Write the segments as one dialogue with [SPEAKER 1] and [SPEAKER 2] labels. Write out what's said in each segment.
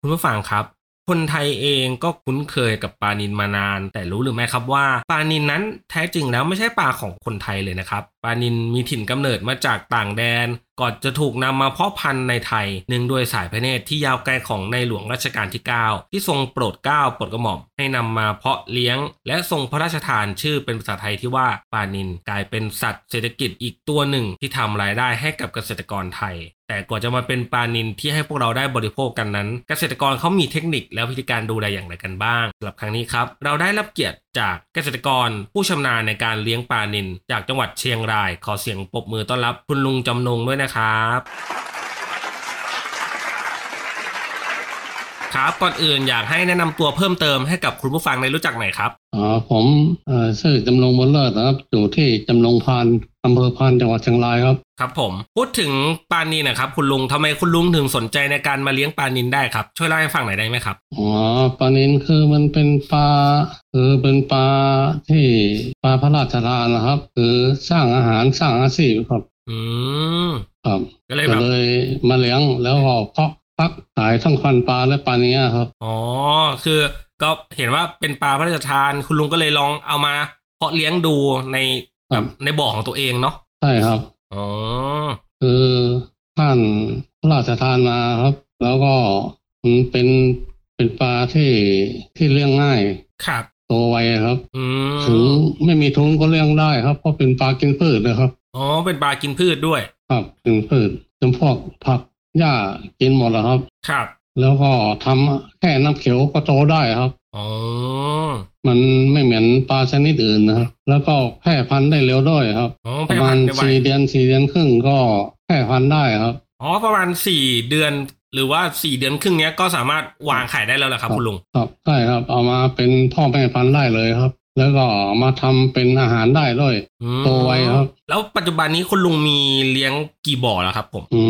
[SPEAKER 1] คุณผู้ฟังครับ คนไทยเองก็คุ้นเคยกับปลานินมานาน แต่รู้หรือไม่ครับว่าปลานินนั้นแท้จริงแล้วไม่ใช่ปลาของคนไทยเลยนะครับปลานินมีถิ่นกำเนิดมาจากต่างแดน ก่อนจะถูกนำมาเพาะพันธุ์ในไทยเนื่องด้วยสายพระเนตรที่ยาวไกลของในหลวงรัชกาลที่ 9 ที่ทรงโปรดเกล้าโปรดกระหม่อมให้นำมาเพาะเลี้ยง และทรงพระราชทานชื่อเป็นภาษาไทยที่ว่าปลานินกลายเป็นสัตว์เศรษฐกิจอีกตัวหนึ่งที่ทำรายได้ให้กับเกษตรกรไทย แต่กว่าจะมาเป็นปลานินที่ให้พวกเราได้บริโภคกันนั้น เกษตรกรเขามีเทคนิคและวิธีการดูแลอย่างไรกันบ้างสำหรับครั้งนี้ครับ เราได้รับเกียรติจากเกษตรกรผู้ชำนาญในการเลี้ยงปลานิน จากจังหวัดเชียงราย ขอเสียงปรบมือต้อนรับคุณลุงจำนงด้วยนะครับ ครับก่อนอื่นอยากให้แนะนำตัวเพิ่มเติมให้กับคุณผู้ฟังในรู้จักหน่อยครับ
[SPEAKER 2] อ๋อผมเอ่อชื่อจำลองบุญเลิศนะครับอยู่ที่จำลองพานอำเภอพานจังหวัดเชียงรายครับ
[SPEAKER 1] ครับผมพูดถึงปลานินนะครับ คุณลุงทำไมคุณลุงถึงสนใจในการมาเลี้ยงปลานินได้ครับช่วยเล่าให้ฟังหน่อยได้ไหมครับ
[SPEAKER 2] อ๋อปลานินคือมันเป็นปลาคือเป็นปลาที่ปลาพระราชทานนะครับ คือสร้างอาหารสร้างอาชีพครับ
[SPEAKER 1] อืม
[SPEAKER 2] ครับ
[SPEAKER 1] ก็เลย
[SPEAKER 2] ก็
[SPEAKER 1] แบบ
[SPEAKER 2] เลยมาเลี้ยงแล้วก็เพาะพักขายทั้งพันธุ์ปลาและปลาเนี้ยครับ
[SPEAKER 1] อ๋อคือก็เห็นว่าเป็นปลาพระราชทาน คุณลุงก็เลยลองเอามาเพาะเลี้ยงดูใน
[SPEAKER 2] ค
[SPEAKER 1] แบ
[SPEAKER 2] รั
[SPEAKER 1] บบ ในบ่อของตัวเองเนาะ
[SPEAKER 2] ใช่ครับ
[SPEAKER 1] อ๋อ
[SPEAKER 2] คือท่านพระราชทานมาครับ แล้วก็อืมเป็นเป็นปลาที่ที่เลี้ยงง่าย
[SPEAKER 1] ครับ
[SPEAKER 2] โตวไวครับ
[SPEAKER 1] อื
[SPEAKER 2] ถึง
[SPEAKER 1] ม
[SPEAKER 2] ไม่มีทุนก็เลี้ยงได้ครับ เพราะเป็นปลากินพืชนะครับ
[SPEAKER 1] อ๋อเป็นปลากินพืชด้วย
[SPEAKER 2] ครับกินพืชจำพวกผักหญ้ากินหมดแล้วครับ
[SPEAKER 1] ครับ
[SPEAKER 2] แล้วก็ทำแค่น้ำเขียวก็โตได้ครับ
[SPEAKER 1] อ๋อ
[SPEAKER 2] มันไม่เหมือนปลาชนิดอื่นนะครับ แล้วก็แพร่พันธุ์ได้เร็วด้วยครับ
[SPEAKER 1] อ๋อ
[SPEAKER 2] ป
[SPEAKER 1] แพร่
[SPEAKER 2] ระมา
[SPEAKER 1] พัน
[SPEAKER 2] ณ
[SPEAKER 1] ธุ์ได้ไว
[SPEAKER 2] สี่เดือนสี่เดือนครึ่งก็แพร่พันธุ์ได้ครับ
[SPEAKER 1] อ๋อประมาณสี่เดือน หรือว่าสี่เดือนครึ่งเนี้ยก็สามารถวางขายได้แล้วแหละครับ คุณลุง
[SPEAKER 2] ครับใช่ครับ เอามาเป็นพ่อแม่พันธุ์ได้เลยครับ แล้วก็มาทำเป็นอาหารได้ด้วย
[SPEAKER 1] อืม
[SPEAKER 2] โตไวครับ
[SPEAKER 1] แล้วปัจจุบันนี้คุณลุงมีเลี้ยงกี่บ่อแล้วครับผม
[SPEAKER 2] อื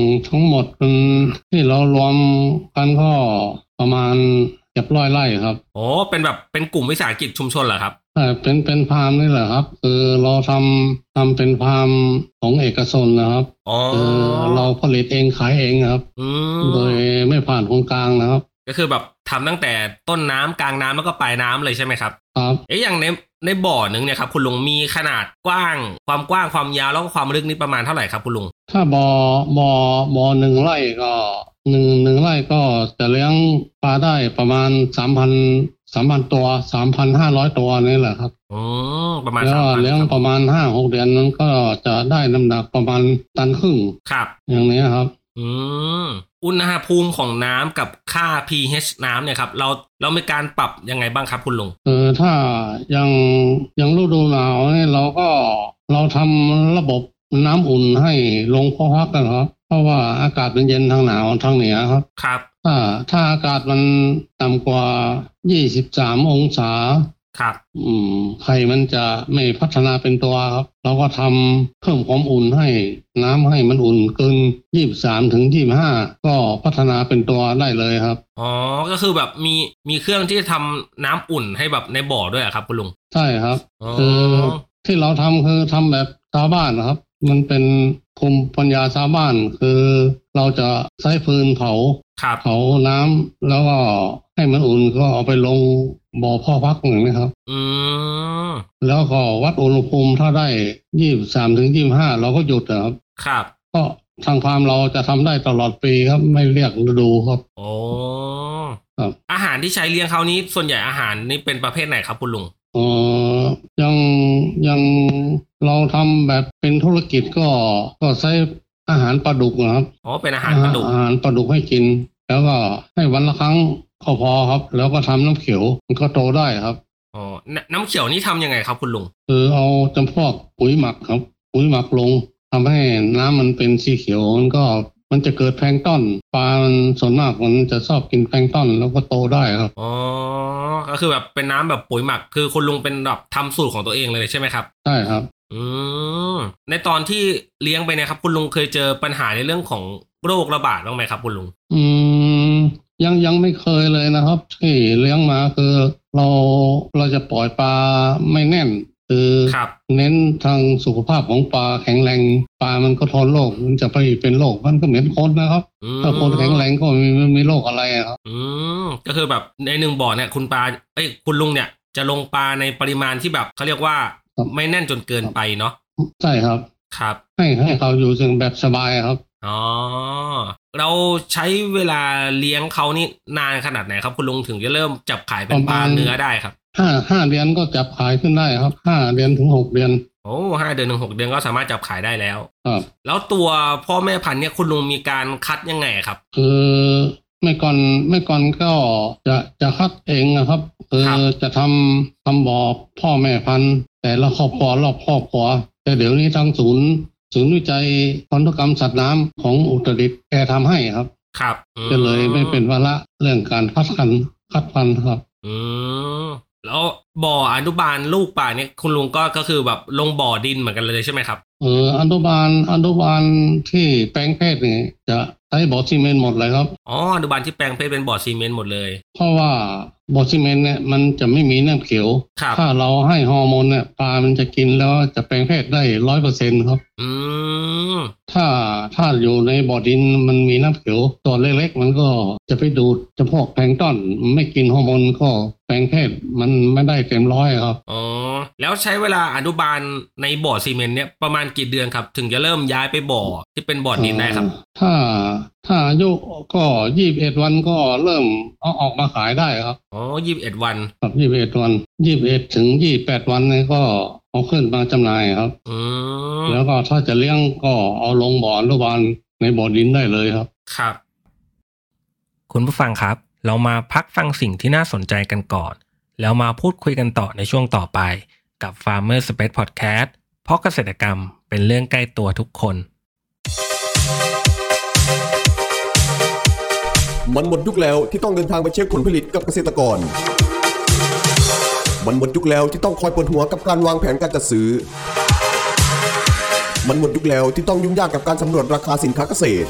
[SPEAKER 2] มทั้งหมดเป็นที่เรารวมกันก็ประมาณเกือบร้อยไร่ครับ
[SPEAKER 1] โอ้เป็นแบบเป็นกลุ่มวิสาหกิจชุมชนเหรอครับ
[SPEAKER 2] แต่เป็นเป็นฟาร์มนี่แหละครับ คือเราทำทำเป็นฟาร์มของเอกชนนะครับ
[SPEAKER 1] อ๋อ
[SPEAKER 2] คือเราผลิตเองขายเองครับ
[SPEAKER 1] อื
[SPEAKER 2] โดย
[SPEAKER 1] ม
[SPEAKER 2] ไม่ผ่านโครงกลางนะครับ
[SPEAKER 1] ก็คือแบบทำตั้งแต่ต้นน้ำกลางน้ำแล้วก็ปลายน้ำเลยใช่ไหมครับ
[SPEAKER 2] ครับ
[SPEAKER 1] เอ๊ะอย่างในในบ่อหนึ่งเนี่ยครับคุณลุงมีขนาดกว้าง ความกว้างความยาวแล้วก็ความลึกนี่ประมาณเท่าไหร่ครับคุณลุง
[SPEAKER 2] ถ้าบอบอบอหนึ่งไร่ก็หนึ่งหนึ่งไร่ก็จะเลี้ยงปลาได้ประมาณสามพันสามพันตัวสามพันห้าร้อยตัวนี่แหละครับ
[SPEAKER 1] อืมประมาณ
[SPEAKER 2] แล้
[SPEAKER 1] สาวมพัน
[SPEAKER 2] เลี้ยงประมาณห้าหกเดือนนั้นก็จะได้น้ำหนักประมาณตันครึ่ง
[SPEAKER 1] ครับ
[SPEAKER 2] อย่างนี้ครับ
[SPEAKER 1] อืมอุณหภูมิของน้ำกับค่า pH น้ำเนี่ยครับเราเรามีการปรับยังไงบ้างครับคุณลุง
[SPEAKER 2] เออถ้ายังยังฤดูหนาวเนี่ยเราก็เราทำระบบน้ำอุ่นให้ลงเพาะพักกันครับ เพราะว่าอากาศมันเย็นทางหนาวทางเหนือครับ
[SPEAKER 1] ครับ
[SPEAKER 2] ถ้าถ้าอากาศมันต่ำกว่า 23 องศา
[SPEAKER 1] ครับ
[SPEAKER 2] อืมไข่มันจะไม่พัฒนาเป็นตัวครับ เราก็ทำเพิ่มความอุ่นให้น้ำให้มันอุ่นเกินยี่สามถึงยี่ห้าก็พัฒนาเป็นตัวได้เลยครับ
[SPEAKER 1] อ๋อก็คือแบบมีมีเครื่องที่ทำน้ำอุ่นให้แบบในบ่อด้วยเหรอครับ คุณลุง
[SPEAKER 2] ใช่ครับ
[SPEAKER 1] อ๋อ
[SPEAKER 2] คือที่เราทำคือทำแบบชาวบ้านนะครับ มันเป็นภูมิปัญญาชาวบ้าน คือเราจะใช้ฟืนเผา
[SPEAKER 1] ครับ
[SPEAKER 2] เผาน้ำแล้วก็ให้มันอุ่นก็เอาไปลงบ่อพ่อพักหนึ่งนะครับ
[SPEAKER 1] อืม
[SPEAKER 2] แล้วก็วัดอุณหภูมิถ้าได้ยี่สามถึงยี่ห้าเราก็หยุดนะครับ
[SPEAKER 1] ครับ
[SPEAKER 2] ก็ทางฟาร์มเราจะทำได้ตลอดปีครับ ไม่เรียกฤดูครับ
[SPEAKER 1] โอ้
[SPEAKER 2] ครับ
[SPEAKER 1] อาหารที่ใช้เลี้ยงเขานี้ ส่วนใหญ่อาหารนี่เป็นประเภทไหนครับคุณลุง
[SPEAKER 2] เออยังยังเราทำแบบเป็นธุรกิจก็ก็ใช้อาหารปลาดุกนะครับ
[SPEAKER 1] อ๋อ เป็นอาหารปลาดุก
[SPEAKER 2] อาหารปลาดุกให้กิน แล้วก็ให้วันละครั้งก็พอครับ แล้วก็ทำน้ำเขียวมันก็โตได้ครับ
[SPEAKER 1] อ๋อนน้ำเขียวนี่ทำยังไงครับคุณลุง
[SPEAKER 2] คือเอาจำพวกปุ๋ยหมักครับ ปุ๋ยหมักลงทำให้น้ำมันเป็นสีเขียวมันก็มันจะเกิดแพลงก์ต้อนปลามันส่วนมากมันจะชอบกินแพลงก์ต้อนแล้วก็โตได้ครับ
[SPEAKER 1] อ๋อก็คือแบบเป็นน้ำแบบปุ๋ยหมัก คือคุณลุงเป็นแบบทำสูตรของตัวเองเลยใช่ไหมครับ
[SPEAKER 2] ใช่ครับ
[SPEAKER 1] อืมในตอนที่เลี้ยงไปเนะครับ คุณลุงเคยเจอปัญหาในเรื่องของโรคระบาดบ้างไหมครับ คุณลุง
[SPEAKER 2] อืมยังยังไม่เคยเลยนะครับที่เลี้ยงมาคือเราเราจะปล่อยปลาไม่แน่น คือ
[SPEAKER 1] ครับ
[SPEAKER 2] เน้นทางสุขภาพของปลาแข็งแรงปลามันก็ทนโรคมันจะไปเป็นโรคมันก็เหมือนคนนะครับ
[SPEAKER 1] อืม
[SPEAKER 2] ถ้าคนแข็งแรงก็ไม่ไม่มีโรคอะไรอะครับ
[SPEAKER 1] อืมก็คือแบบในหนึ่งบ่อเนี่ยคุณปลาเอ้ยคุณลุงเนี่ยจะลงปลาในปริมาณที่แบบเขาเรียกว่า
[SPEAKER 2] ครับ
[SPEAKER 1] ไม่แน่นจนเกิน
[SPEAKER 2] ครับ
[SPEAKER 1] ไปเนาะ
[SPEAKER 2] ใช่ครับ
[SPEAKER 1] ครับ
[SPEAKER 2] ให้ให้เขาอยู่สึงแบบสบายครับ
[SPEAKER 1] อ๋อ เราใช้เวลาเลี้ยงเขานี่นานขนาดไหนครับ คุณลุงถึงจะเริ่มจับขายเป็นปลา
[SPEAKER 2] ประมาณ
[SPEAKER 1] เนื้อได้ครับ
[SPEAKER 2] ห้าห้าเดือนก็จับขายขึ้นได้ครับห้าเดือนถึงหกเดือน
[SPEAKER 1] โอ้ห้าเดือนถึงหกเดือนก็สามารถจับขายได้แล้ว
[SPEAKER 2] ครับ
[SPEAKER 1] แล้วตัวพ่อแม่พันธุ์เนี่ยคุณลุงมีการคัดยังไงครับ
[SPEAKER 2] คือเมื่อก่อนเมื่อก่อนก็จะจะคัดเองนะครับคือ
[SPEAKER 1] ครับ
[SPEAKER 2] จะทำทำบ่อพ่อแม่พันธุ์ แต่ละครอบครัวรอบครอบครัวแต่เดี๋ยวนี้ทางศูนย์ ศูนย์วิจัยพันธุกรรมสัตว์น้ำของอุตรดิตถ์แกทำให้ครับ
[SPEAKER 1] ครับอื
[SPEAKER 2] ก็เลยไม่เป็นวาระเรื่องการคัดคันคัดพันธุ์ครับ
[SPEAKER 1] อืมแล้วบ่ออนุบาลลูกปลาเนี่ยคุณลุงก็ก็คือแบบลงบ่อดินเหมือนกันเลยใช่ไหมครับ
[SPEAKER 2] เอออนุบาลอนุบาลที่แปลงเพศนี่จะใช้บ่อซีเมนต์หมดเลยครับ
[SPEAKER 1] อ๋ออนุบาลที่แปลงเพศเป็นบ่อซีเมนต์หมดเลย
[SPEAKER 2] เพราะว่าบ่อซีเมนต์เนี่ยมันจะไม่มีน้ำเขียว
[SPEAKER 1] ครับ
[SPEAKER 2] ถ้าเราให้ฮอร์โมนเนี่ยปลามันจะกินแล้วจะแปลงเพศได้ร้อยเปอร์เซ็นครับ
[SPEAKER 1] อืม
[SPEAKER 2] ถ้าถ้าอยู่ในบ่อดินมันมีน้ำเขียวตัวเล็กๆ มันก็จะไปดูดเฉพาะแพลงก์ต้อนไม่กินฮอร์โมนก็แปลงเพศมันไม่ได้เต็มร้อยครับ
[SPEAKER 1] อ๋อ แล้วใช้เวลาอนุบาลในบ่อซีเมนต์เนี่ยประมาณกี่เดือนครับ ถึงจะเริ่มย้ายไปบ่อที่เป็นบ่อดินได้ครับ
[SPEAKER 2] เอ่อถ้าถ้าอายุก็ยี่สิบเอ็ดวันก็เริ่มเอาออกมาขายได้ครับ
[SPEAKER 1] อ๋อยี่สิบเอ็ดวัน
[SPEAKER 2] ครับยี่สิบเอ็ดวันยี่สิบเอ็ดถึงยี่แปดวันเนี่ยก็เอาขึ้นมาจำหน่ายครับ
[SPEAKER 1] อืม
[SPEAKER 2] แล้วก็ถ้าจะเลี้ยงก็เอาลงบ่ออนุบาลในบ่อดินได้เลยครับ
[SPEAKER 1] ครับ คุณผู้ฟังครับ เรามาพักฟังสิ่งที่น่าสนใจกันก่อน แล้วมาพูดคุยกันต่อในช่วงต่อไป กับ Farmer Space Podcast เพราะเกษตรกรรมเป็นเรื่องใกล้ตัวทุกคน
[SPEAKER 3] มันหมดยุคแล้วที่ต้องเดินทางไปเช็คผลผลิตกับเกษตรกร มันหมดยุคแล้วที่ต้องคอยปวดหัวกับการวางแผนการจัดซื้อ มันหมดยุคแล้วที่ต้องยุ่งยากกับการสำรวจราคาสินค้าเกษตร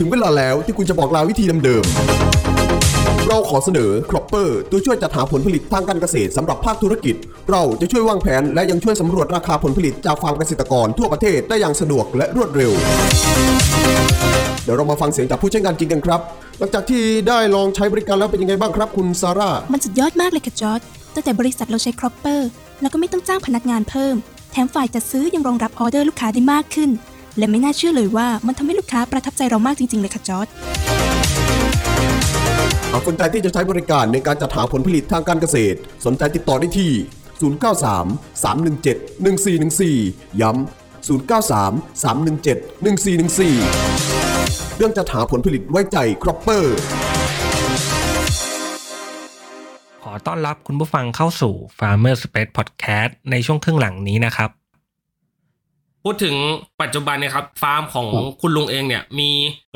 [SPEAKER 3] ถึงเวลาแล้วที่คุณจะบอกลาวิธีเดิมๆ เราขอเสนอ Cropper ตัวช่วยจัดหาผลผลิตทางการเกษตรสำหรับภาคธุรกิจ เราจะช่วยวางแผนและยังช่วยสำรวจราคาผลผลิตจากฟาร์มเกษตรกรทั่วประเทศได้อย่างสะดวกและรวดเร็ว เดี๋ยวเรามาฟังเสียงจากผู้ใช้งานจริงกันครับ หลังจากที่ได้ลองใช้บริการแล้วเป็นยังไงบ้างครับคุณซาร่า
[SPEAKER 4] มันสุดยอดมากเลยค่ะจอร์ดตั้งแต่บริษัทเราใช้ครอปเปอร์แล้วก็ไม่ต้องจ้างพนักงานเพิ่ม แถมฝ่ายจัดซื้อยังรองรับออเดอร์ลูกค้าได้มากขึ้น และไม่น่าเชื่อเลยว่ามันทำให้ลูกค้าประทับใจเรามากจริงๆเลยค่ะจอร์ด
[SPEAKER 3] หากสนใจที่จะใช้บริการในการจัดหาผลผลิตทางการเกษตร สนใจติดต่อได้ที่ 093 317 1414 ย้ำ 093 317 1414 เรื่องจัดหาผลผลิตไว้ใจครอปเปอร์
[SPEAKER 1] ขอต้อนรับคุณผู้ฟังเข้าสู่ Farmer Space Podcast ในช่วงครึ่งหลังนี้นะครับ พูดถึงปัจจุบันเนะครับ ฟาร์มของ
[SPEAKER 2] ครับ
[SPEAKER 1] คุณลุงเองเนี่ย มี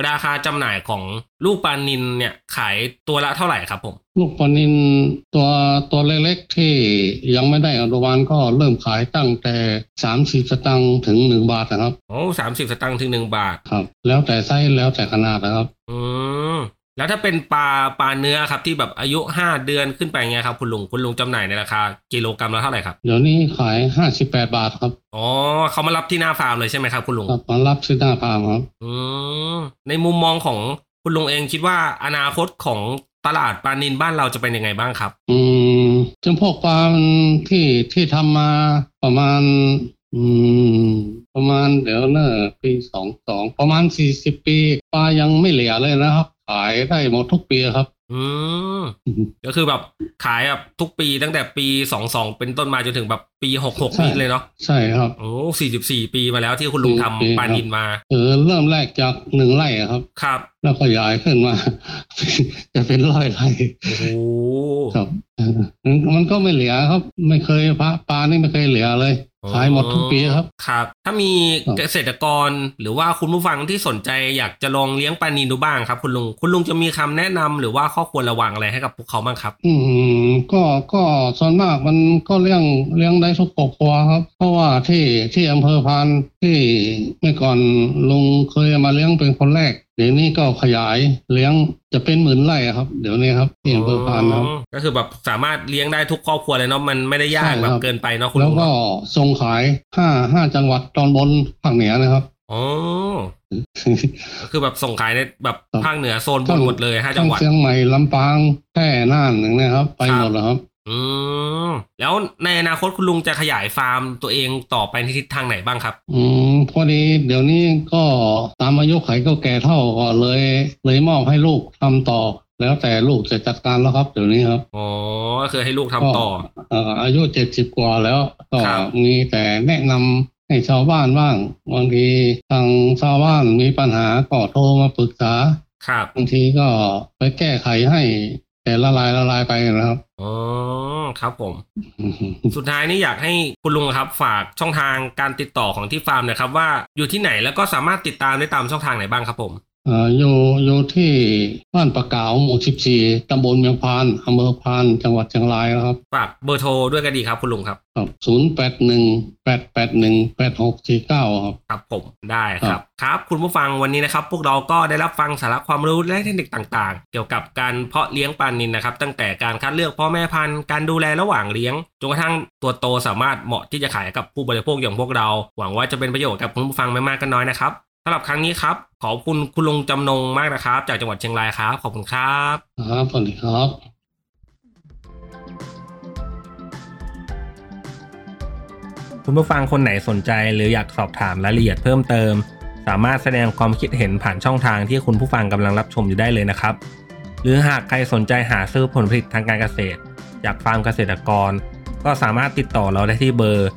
[SPEAKER 1] ราคาจำหน่ายของลูกปลานินเนี่ยขายตัวละเท่าไหร่ครับผม
[SPEAKER 2] ลูกปลานินตัวตัวเล็กๆที่ยังไม่ได้อนุบาลก็เริ่มขายตั้งแต่สามสิบสตังค์ถึงหนึ่งบาทนะครับ
[SPEAKER 1] โอ้สามสิบสตางค์ถึงหนึ่งบาท
[SPEAKER 2] ครับ แล้วแต่ไซส์แล้วแต่ขนาดนะครับ
[SPEAKER 1] อืม แล้วถ้าเป็นปลาปลาเนื้อครับที่แบบอายุห้าเดือนขึ้นไปเงี้ยครับคุณลุงคุณลุงจำหน่ายในราคากิโลกรัมละเท่าไหร่ครับ
[SPEAKER 2] เดี๋ยวนี้ขายห้าสิบแปดบาทครับ
[SPEAKER 1] อ๋อเขามารับที่หน้าฟาร์มเลยใช่ไหมครับคุณลุง
[SPEAKER 2] ครับมารับซื้อหน้าฟาร์มครับ
[SPEAKER 1] อืม ในมุมมองของคุณลุงเองคิดว่าอนาคตของตลาดปลานินบ้านเราจะเป็นยังไงบ้างครับ
[SPEAKER 2] อืมจำพวกฟาร์มที่ที่ทำมาประมาณ อืม ประมาณเดี๋ยวเนอะปีสองสองประมาณสี่สิบปีปลายังไม่เหลือเลยนะครับ ขายได้หมดทุกปีครับ
[SPEAKER 1] อ อืม ก็คือแบบขายแบบทุกปีตั้งแต่ปีสองสองเป็นต้นมาจนถึงแบบปีหกหกนี่เลยเนาะ
[SPEAKER 2] ใช่ครับ
[SPEAKER 1] โอ้สี่สิบสี่ปีมาแล้วที่คุณลุงทำ
[SPEAKER 2] ปีครับ
[SPEAKER 1] ปลานินมา
[SPEAKER 2] เออเริ่มแรกจากหนึ่งไร่อะครับ
[SPEAKER 1] ครับ
[SPEAKER 2] แล้วขยายขึ้นมา จะเป็นร้อยไร่
[SPEAKER 1] โอ้โห
[SPEAKER 2] ครับเออมันมันก็ไม่เหลือครับ ไม่เคยพระปลานี่ไม่เคยเหลือเลย ขายหมดทุกปีครับ
[SPEAKER 1] ครับ ถ้ามี
[SPEAKER 2] ครับ
[SPEAKER 1] เกษตรกรหรือว่าคุณผู้ฟังที่สนใจอยากจะลองเลี้ยงปลานินดูบ้างครับ คุณลุงคุณลุงจะมีคำแนะนำหรือว่าข้อควรระวังอะไรให้กับพวกเขาบ้างครับ
[SPEAKER 2] อืมก็ก็ส่วนมากมันก็เลี้ยงเลี้ยงได้ทุกครอบครัวครับ เพราะว่าที่ที่อำเภอพานที่เมื่อก่อนลุงเคยมาเลี้ยงเป็นคนแรก เดี๋ยวนี้ก็ขยายเลี้ยงจะเป็นหมื่นไร่ครับ เดี๋ยวนี้ครับที่อำเภอพานครับ
[SPEAKER 1] อ๋อก็คือแบบสามารถเลี้ยงได้ทุกครอบครัวเลยเนาะมันไม่ได้ยาก
[SPEAKER 2] ใช่
[SPEAKER 1] แบ
[SPEAKER 2] ครับ บ
[SPEAKER 1] เกินไปเนาะคุณ
[SPEAKER 2] แล้
[SPEAKER 1] ลุ
[SPEAKER 2] ว
[SPEAKER 1] ง
[SPEAKER 2] ก็
[SPEAKER 1] เนาะ
[SPEAKER 2] ส่งขายห้าห้าจังหวัดตอนบนภาคเหนือนะครับ
[SPEAKER 1] อ๋อก็คือแบบส่งขายในแบบ
[SPEAKER 2] ครับ
[SPEAKER 1] ภาคเหนือโซนบนหมดเลยห้าจั
[SPEAKER 2] ทั้
[SPEAKER 1] ง
[SPEAKER 2] ง
[SPEAKER 1] หวัด
[SPEAKER 2] เชียงใหม่ลำปางแพร่น่านอย่างเนี้ยครับ ไป
[SPEAKER 1] ครับ
[SPEAKER 2] หมดแล้วครับ
[SPEAKER 1] อืมแล้วในอนาคตคุณลุงจะขยายฟาร์มตัวเองต่อไปในทิศทางไหนบ้างครับ
[SPEAKER 2] อืมพอดีเดี๋ยวนี้ก็ตามอายุไขก็แก่เท่าก็เลย เลยมอบให้ลูกทำต่อ แล้วแต่ลูกจะจัดการแล้วครับ เดี๋ยวนี้ครับ
[SPEAKER 1] อ๋อก็คือให้ลูกทำต่อ
[SPEAKER 2] ก็เอ่ออายุเจ็ดสิบกว่าแล้ว ก็
[SPEAKER 1] ครับ
[SPEAKER 2] มีแต่แนะนำให้ชาวบ้านบ้างบางทีทางชาวบ้านมีปัญหาก็โทรมาปรึกษา
[SPEAKER 1] ครับ
[SPEAKER 2] บางทีก็ไปแก้ไขให้ แต่ละลายละลายไปนะครับ
[SPEAKER 1] อ๋อครับผม สุดท้ายนี่อยากให้คุณลุงครับ ฝากช่องทางการติดต่อของที่ฟาร์มหนะครับ ว่าอยู่ที่ไหนแล้วก็สามารถติดตามได้ตามช่องทางไหนบ้างครับผม
[SPEAKER 2] เอ่ออยู่อยู่ที่บ้านประกาวหมู่สิบสี่ตำบลเมืองพานอำเภอพานจังหวัดเชียงรายนะครับ
[SPEAKER 1] ฝากเบอร์โทรด้วยก็ดีครับคุณลุงครับ
[SPEAKER 2] ครับศูนย์แปดหนึ่งแปดแปดหนึ่งแปดหกสี่เก้าครับ
[SPEAKER 1] ครับผมได้ค
[SPEAKER 2] ครั
[SPEAKER 1] รับบ ครับ คุณผู้ฟังวันนี้นะครับ พวกเราก็ได้รับฟังสาระความรู้และเทคนิคต่างๆ เกี่ยวกับการเพราะเลี้ยงปลานินนะครับ ตั้งแต่การคัดเลือกพ่อแม่พันธุ์การดูแลระหว่างเลี้ยงจนกระทั่งตัวโตสามารถเหมาะที่จะขายกับผู้บริโภคอย่างพวกเรา หวังว่าจะเป็นประโยชน์กับคุณผู้ฟังไม่มากก็น้อยนะครับสำหรับครั้งนี้ครับ ขอบคุณคุณลุงจำนงมากนะครับ จากจังหวัดเชียงรายครับขอบคุณครับ
[SPEAKER 2] ครับสวัสดีครับ
[SPEAKER 1] คุณผู้ฟังคนไหนสนใจหรืออยากสอบถามรายละเอียดเพิ่มเติม สามารถแสดงความคิดเห็นผ่านช่องทางที่คุณผู้ฟังกำลังรับชมอยู่ได้เลยนะครับ หรือหากใครสนใจหาซื้อผลผลิตทางการเกษตร จากฟาร์มเกษตรกร ก็สามารถติดต่อเราได้ที่เบอร์ 0933171414